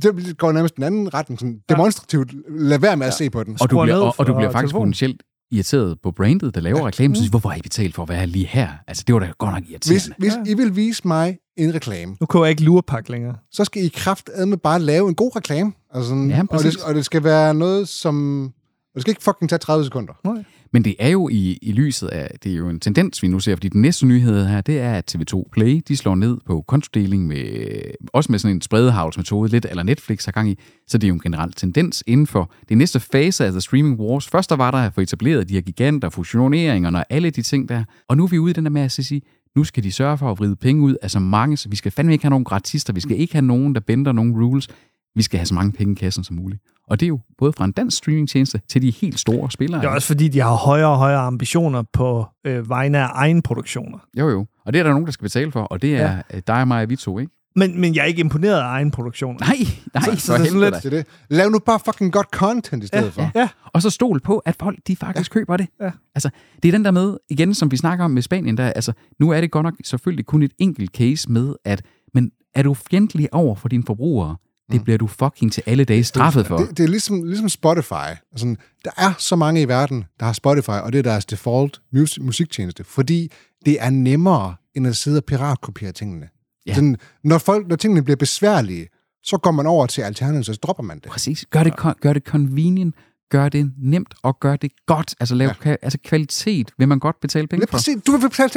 det går nærmest den anden retning. Sådan demonstrativt, lad være med at se på den. og du skruer bliver, ned og, og du for bliver faktisk telefonen. Mm. potentielt irriteret på brandet, der laver ja. reklamen, så siger, hvorfor har I betalt for at være lige her? Altså, det var da godt nok Hvis, irriterende. hvis I vil vise mig en reklame, Nu køber jeg ikke lurepak længere. så skal I kraft med bare lave en god reklame. Altså sådan, Ja, og, præcis. det, og det skal være noget, som Og det skal ikke fucking tage 30 sekunder. Nej. Men det er jo i, i lyset af, det er jo en tendens, vi nu ser, fordi den næste nyhed her, det er, at TV2 Play, de slår ned på kontodeling med, også med sådan en spredehavlsmetode, lidt eller Netflix har gang i, så det er jo en generel tendens inden for det næste fase af The Streaming Wars. Først der var der at få etableret de her giganter, fusioneringerne og alle de ting der, og nu er vi ude i den der med at sige, nu skal de sørge for at vride penge ud af så mange, så vi skal fandme ikke have nogen gratister, vi skal ikke have nogen, der bender nogen rules, vi skal have så mange penge i kassen som muligt. Og det er jo både fra en dansk streamingtjeneste til de helt store spillere. Det er også fordi, de har højere og højere ambitioner på øh, vegne af egen produktioner. Jo, jo. Og det er der nogen, der skal betale for, og det er ja. dig og mig og vi to, ikke? Men, men jeg er ikke imponeret af egen produktioner. Nej, så nej, for det er sådan helvede lidt- da. Altså, Det er det. Lav nu bare fucking godt content i stedet for. Ja, Og så stol på, at folk de faktisk ja. køber det. Ja. Altså, det er den der med, igen, som vi snakker om med Spanien, der, altså, nu er det godt nok selvfølgelig kun et enkelt case med, at, men er du fjendtlig over for dine forbrugere, det bliver du fucking til alle dage straffet for. Det, det er ligesom, ligesom Spotify. Altså, der er så mange i verden, der har Spotify, og det er deres default mus- musiktjeneste, fordi det er nemmere, end at sidde og piratkopiere tingene. Ja. Ja. Sådan, når, folk, når tingene bliver besværlige, så går man over til alternativet, så dropper man det. Præcis. Gør det, kon- gør det convenient, gør det nemt, og gør det godt. Altså, lav, ja. altså kvalitet vil man godt betale penge Lidt for. præcis. Du vil betale,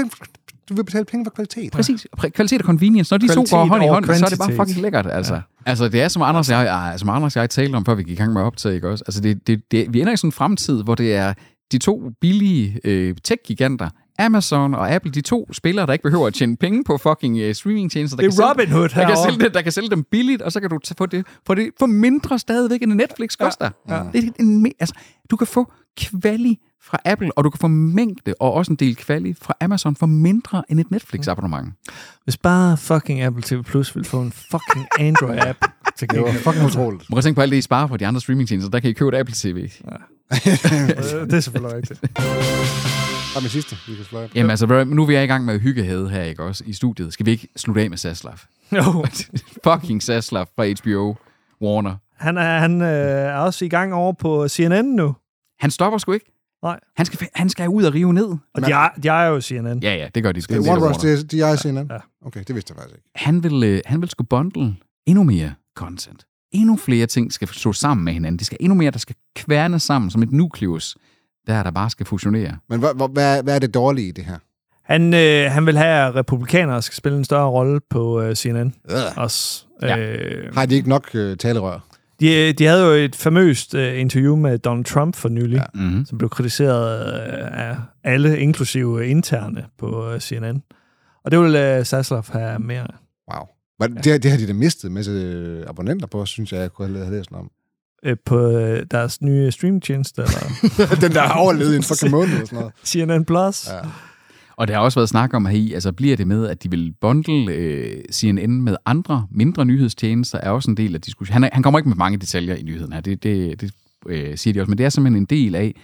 du vil betale penge for kvalitet. Præcis. Præ- Kvalitet og convenience. Når de Kvalitet to går hånd i over hånd, så er det bare kvantitet. fucking lækkert. Altså, ja. altså det er som Anders og jeg, ah, som Anders og jeg talte om, før vi gik i gang med at optage, ikke også? Altså, det, det, det, vi ender i sådan en fremtid, hvor det er de to billige øh, tech-giganter, Amazon og Apple, de to spillere, der ikke behøver at tjene penge på fucking øh, streamingtjenester. Der Det er kan sælge- Robin Hood der kan, herovre. sælge, det- der kan sælge dem billigt, og så kan du t- få det, få det for mindre stadigvæk, end Netflix koster. Ja, ja. Det er en, me- altså, du kan få kvali fra Apple, og du kan få mængde og også en del kvali fra Amazon for mindre end et Netflix-abonnement. Hvis bare fucking Apple TV Plus ville få en fucking Android-app til Det var gengæld. fucking *laughs* utroligt. Man kan tænke på alt det, I sparer på de andre streamingtjenester. Der kan I købe et Apple TV. Øh, *laughs* Det er selvfølgelig rigtigt. Og min sidste, vi kan sløje. Jamen altså, nu er vi i gang med hyggehæde her, ikke også, i studiet. Skal vi ikke slutte af med Saslav? *laughs* *laughs* Jo, Fucking Saslav fra HBO Warner. han er, han øh, er også i gang over på CNN nu. Han stopper sgu ikke. Nej. Han skal, han skal ud og rive ned. Og de er, de er jo CNN. Ja, ja, det gør de. sgu. Det Det er er One Rush, Warner. det er- de er CNN. Ja. Okay, det vidste jeg faktisk ikke. Han vil, øh, han vil sgu bundle endnu mere content. Endnu flere ting skal stå sammen med hinanden. Det skal endnu mere, der skal kværne sammen som et nukleus, der, der bare skal fusionere. Men hvad, hvad- hvad, hvad er det dårlige i det her? Han, øh, han vil have, at republikanere skal spille en større rolle på øh, CNN Øh. også. Ja. Øh, Har de ikke nok øh, talerør? de, de havde jo et famøst øh, interview med Donald Trump for nylig, ja. Mm-hmm. som blev kritiseret øh, af alle, inklusive øh, interne på øh, CNN. Og det vil øh, Saslav have mere af. Wow. Var, det, har- det har de da mistet med abonnenter på, synes jeg, jeg kunne have læst om. øh, på øh, deres nye *laughs* streamtjeneste, eller *laughs* Den, der har overlevet i en fucking måned eller sådan noget. CNN Plus. Ja. Ja. Og der har også været snak om her i, altså bliver det med, at de vil bundle øh, CNN med andre mindre nyhedstjenester, er også en del af diskussionen. Han, er- han kommer ikke med mange detaljer i nyheden her, det, det, det øh, siger de også, men det er simpelthen en del af,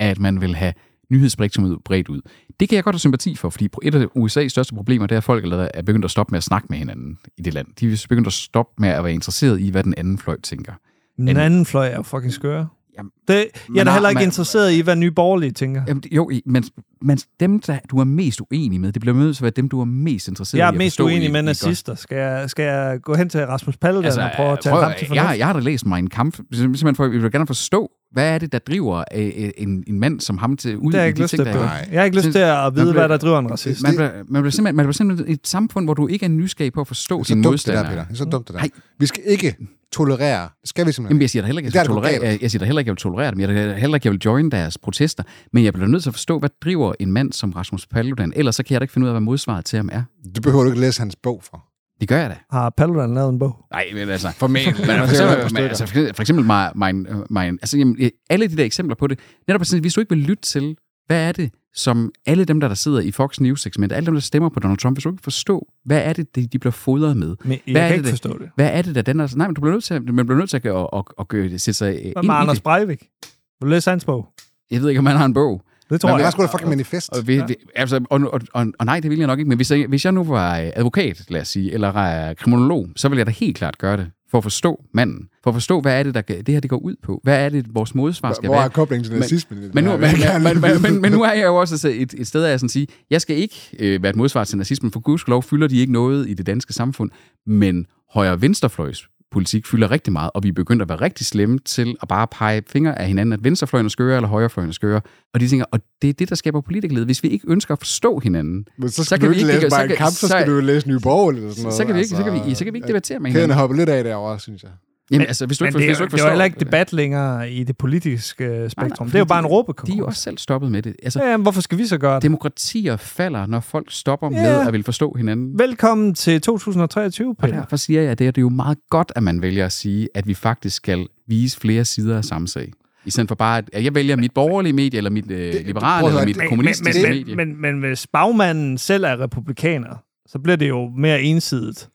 at man vil have nyhedsspektrummet bredt ud. Det kan jeg godt have sympati for, fordi et af USA's største problemer, det er, at folk allerede er begyndt at stoppe med at snakke med hinanden i det land. De er begyndt at stoppe med at være interesseret i, hvad den anden fløj tænker. Den anden fløj er jo fucking skør. Jamen, Det, jeg er man da har- heller ikke man- interesseret i, hvad nye borgerlige tænker. Jamen, det- jo, i- men, men dem, der du er mest uenig med, det bliver nødt til at være dem, du er mest interesseret Jeg er i at mest forstå i- uenig med i godt- øh, nazister. Skal jeg, skal jeg gå hen til Rasmus Paludan altså, og prøve at tage ham til fornuft? jeg, jeg har da læst mig en kamp, simpelthen for, jeg vil gerne forstå, hvad er det, der driver øh, øh, en, en mand som ham til ud det har jeg i ikke de lyst til ting, at der blive. er. Nej. Jeg har ikke lyst Synes- til at Man vide, bliver- hvad der driver en racist. Man bliver, man, bliver simpelthen, man bliver simpelthen et samfund, hvor du ikke er nysgerrig på at forstå Så dine dumt det der, modstandere. Peter. Det er så dumt det der. Nej. Vi skal ikke tolerere. Det skal vi Jamen, simpelthen. jeg siger da heller ikke, at Det er det, jeg, skal der går tolerere, jeg, jeg siger da heller ikke, at jeg vil tolerere dem. Jeg siger da heller ikke, at jeg vil join deres protester. Men jeg bliver nødt til at forstå, hvad driver en mand som Rasmus Paludan. Ellers så kan jeg da ikke finde ud af, hvad modsvaret til ham er. Det behøver du ikke læse hans bog for. Det gør jeg da. Har Paludan lavet en bog? Nej, men altså... *laughs* Formentlig. Man kan Men, for, godt eksempel, forstå men, det. altså, for- for eksempel mig, min, min, altså, jamen, eh, alle de der eksempler på det. Netop sådan, hvis du ikke vil lytte til, hvad er det, som alle dem, der, der sidder i Fox News-segmentet, alle dem, der stemmer på Donald Trump, hvis du ikke kan forstå, hvad er det, de, de bliver fodret med? Men jeg hvad kan er ikke det, forstå det. Hvad er det, der den er... Nej, men du bliver nødt til, at- man bliver nødt til at, at, at, at, gøre- sætte sig eh, Hvad ind med i Anders det. Breivik? Vil du læse hans bog? Jeg ved ikke, om han har en bog. Det tror Men det er jeg. sgu da fucking manifest. Og, vi, ja. vi, altså, og, og, og, og nej, det vil jeg nok ikke, men hvis jeg, hvis jeg nu var øh, advokat, lad os sige, eller øh, kriminolog, så vil jeg da helt klart gøre det, for at forstå manden, for at forstå, hvad er det, der, gør- det her det går ud på, hvad er det, vores modsvar skal Hvor være. er koblingen til nazismen? i det Men nu, her? men, Jeg kan men, lige men, vide. men, men nu er jeg jo også altså et, et sted, hvor jeg sådan siger, jeg skal ikke øh, være et modsvar til nazismen, for gudskelov fylder de ikke noget i det danske samfund, men højre venstrefløjs politik fylder rigtig meget, og vi er begyndt at være rigtig slemme til at bare pege fingre af hinanden, at venstrefløjen er skøre, eller højrefløjen er skøre. Og de tænker, og det er det, der skaber politikerled. Hvis vi ikke ønsker at forstå *laughs* hinanden, Men så skal så du ikke læse så bare en kan- kamp, så skal du jo læse Nye Borg eller sådan noget. altså. så kan vi ikke, så kan vi, så kan vi ikke debattere med Kæden hinanden. er hoppet lidt af derovre, synes jeg. Jamen, altså, hvis du Men ikke, det, er, hvis du jo- ikke det er jo forstår... heller ikke debat længere i det politiske øh, Nej, nej, spektrum. det fordi er jo bare en de- De er jo råbekonkurrence. også selv stoppet med det. Altså, Ja, men hvorfor skal vi så gøre det? demokratier falder, når folk stopper Ja. med at ville forstå hinanden. Velkommen til 2023, Og Peter. derfor siger jeg, at det er det er jo meget godt, at man vælger at sige, at vi faktisk skal vise flere sider af samme sag. I stedet for bare, at at jeg vælger mit borgerlige medie, eller mit øh, liberale, prøv at eller høre, mit men- kommunistiske men, medie. men, men, men hvis bagmanden selv er republikaner, så bliver det jo mere ensidigt,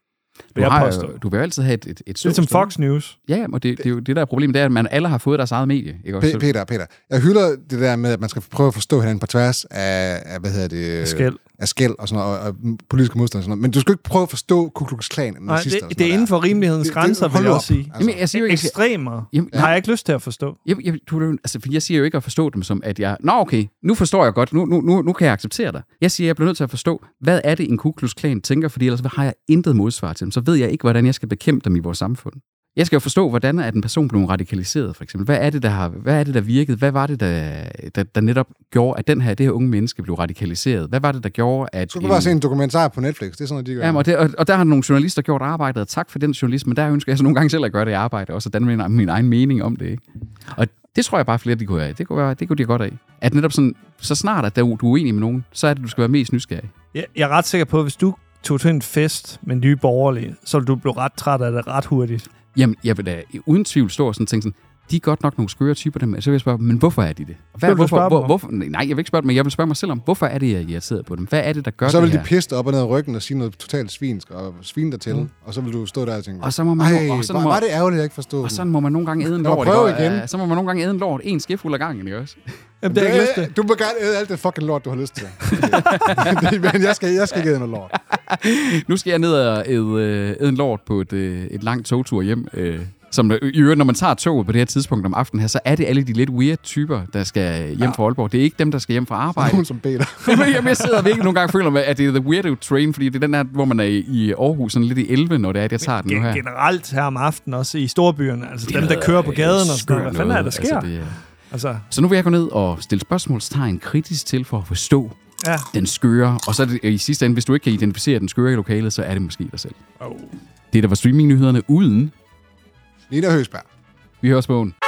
vil du, jeg har, påstå. jo- Øh, du vil jo altid have et, et, et Det er stort som Ligesom Fox News. Ja, ja, og det, det, er jo det, der er problemet, det er, at man alle har fået deres eget medie. Ikke? Pe- Også, så, Peter, Peter, jeg hylder det der med, at man skal prøve at forstå hinanden på tværs af, af hvad hedder det? Skæld. Af skæld og sådan noget, og, og politiske modstand og sådan noget. Men du skal ikke prøve at forstå Ku Klux Klan Nej, det, det er inden for rimelighedens grænser, vil jeg også sige. Altså, jamen, jeg siger jo ikke, Ekstremer Jamen, har jeg ikke lyst til at forstå. Jamen, jamen, du, er jo- altså, for jeg siger jo ikke at forstå dem som, at jeg... Nå, okay, nu forstår jeg godt. Nu, nu, nu, nu kan jeg acceptere dig. Jeg siger, at jeg bliver nødt til at forstå, hvad er det, en Ku Klux Klan tænker, fordi ellers har jeg intet modsvar til dem. Så ved jeg ikke, hvordan jeg skal bekæmpe dem i vores samfund. Jeg skal jo forstå, hvordan er at en person blev radikaliseret, for eksempel. Hvad er det, der, har, hvad er det, der virkede? Hvad var det, der, der, der netop gjorde, at den her, det her unge menneske blev radikaliseret? Hvad var det, der gjorde, at... Så kan du bare se en dokumentar på Netflix. Det er sådan noget, de gør. Ja, øh, og, det, og, og der har nogle journalister gjort arbejdet, og tak for den journalist, men der ønsker jeg så nogle gange selv at gøre det i arbejde, også at danne min, min egen mening om det. Ikke? Og det tror jeg bare flere, de kunne have. Det kunne, være, det kunne de have godt af. At netop sådan, så snart at du er uenig med nogen, så er det, du skal være mest nysgerrig. Jeg, jeg er ret sikker på, at hvis du tog til en fest med nye borgerlige, så ville du blive ret træt af det ret hurtigt. Jamen, jeg vil da uden tvivl stå og sådan tænke sådan, de er godt nok nogle skøre typer, dem. Så vil jeg spørge, men hvorfor er de det? Hvad, Vil du hvorfor, spørge dem hvor, om? hvorfor, nej, jeg vil ikke spørge dem, men jeg vil spørge mig selv om, hvorfor er det, jeg er irriteret på dem? Hvad er det, der gør Og så det vil de her? pisse dig op og ned af ryggen og sige noget totalt svinsk og svine dig til. Og så vil du stå der og tænke, Mm. Og så må man... ej, og hvor sådan må, var det ærgerligt, jeg ikke forstod og den." sådan må man nogle gange æde en Nå, lort. prøv ikke? Og, igen. øh, Så må man nogle gange æde en lort, en skefuld af gangen, ikke også? Jamen, det, har jeg ikke lyst til. Det, du må gerne æde alt det fucking lort, du har *laughs* lyst til. *laughs* Men jeg skal, jeg skal ikke æde noget lort. Nu skal jeg ned og æde, øh, æde en lort på et, øh, et langt togtur hjem. Øh, som der- i øvrigt, når man tager toget på det her tidspunkt om aftenen her, så er det alle de lidt weird typer, der skal hjem fra Aalborg. Det er ikke dem, der skal hjem fra arbejde. Nogen som beder. *laughs* Jamen, jeg, jeg sidder virkelig nogle gange og føler, mig, at det er the weirdo train, fordi det er den her, hvor man er i, i Aarhus, sådan lidt i 11, når det er, at jeg tager den nu her. Gen- generelt her om aftenen, også i storbyerne. Altså dem, der kører på Øh, gaden og sådan skørt noget. Hvad fanden er der noget. sker? Altså, det er... Altså, Så nu vil jeg gå ned og stille spørgsmålstegn kritisk til for at forstå Altså, ja. den skøre. Og så er det, øh, i sidste ende, hvis du ikke kan identificere den skøre i lokalet, så er det måske dig selv. Oh. Det, der var streamingnyhederne uden Nina Høsberg. Vi høres på en.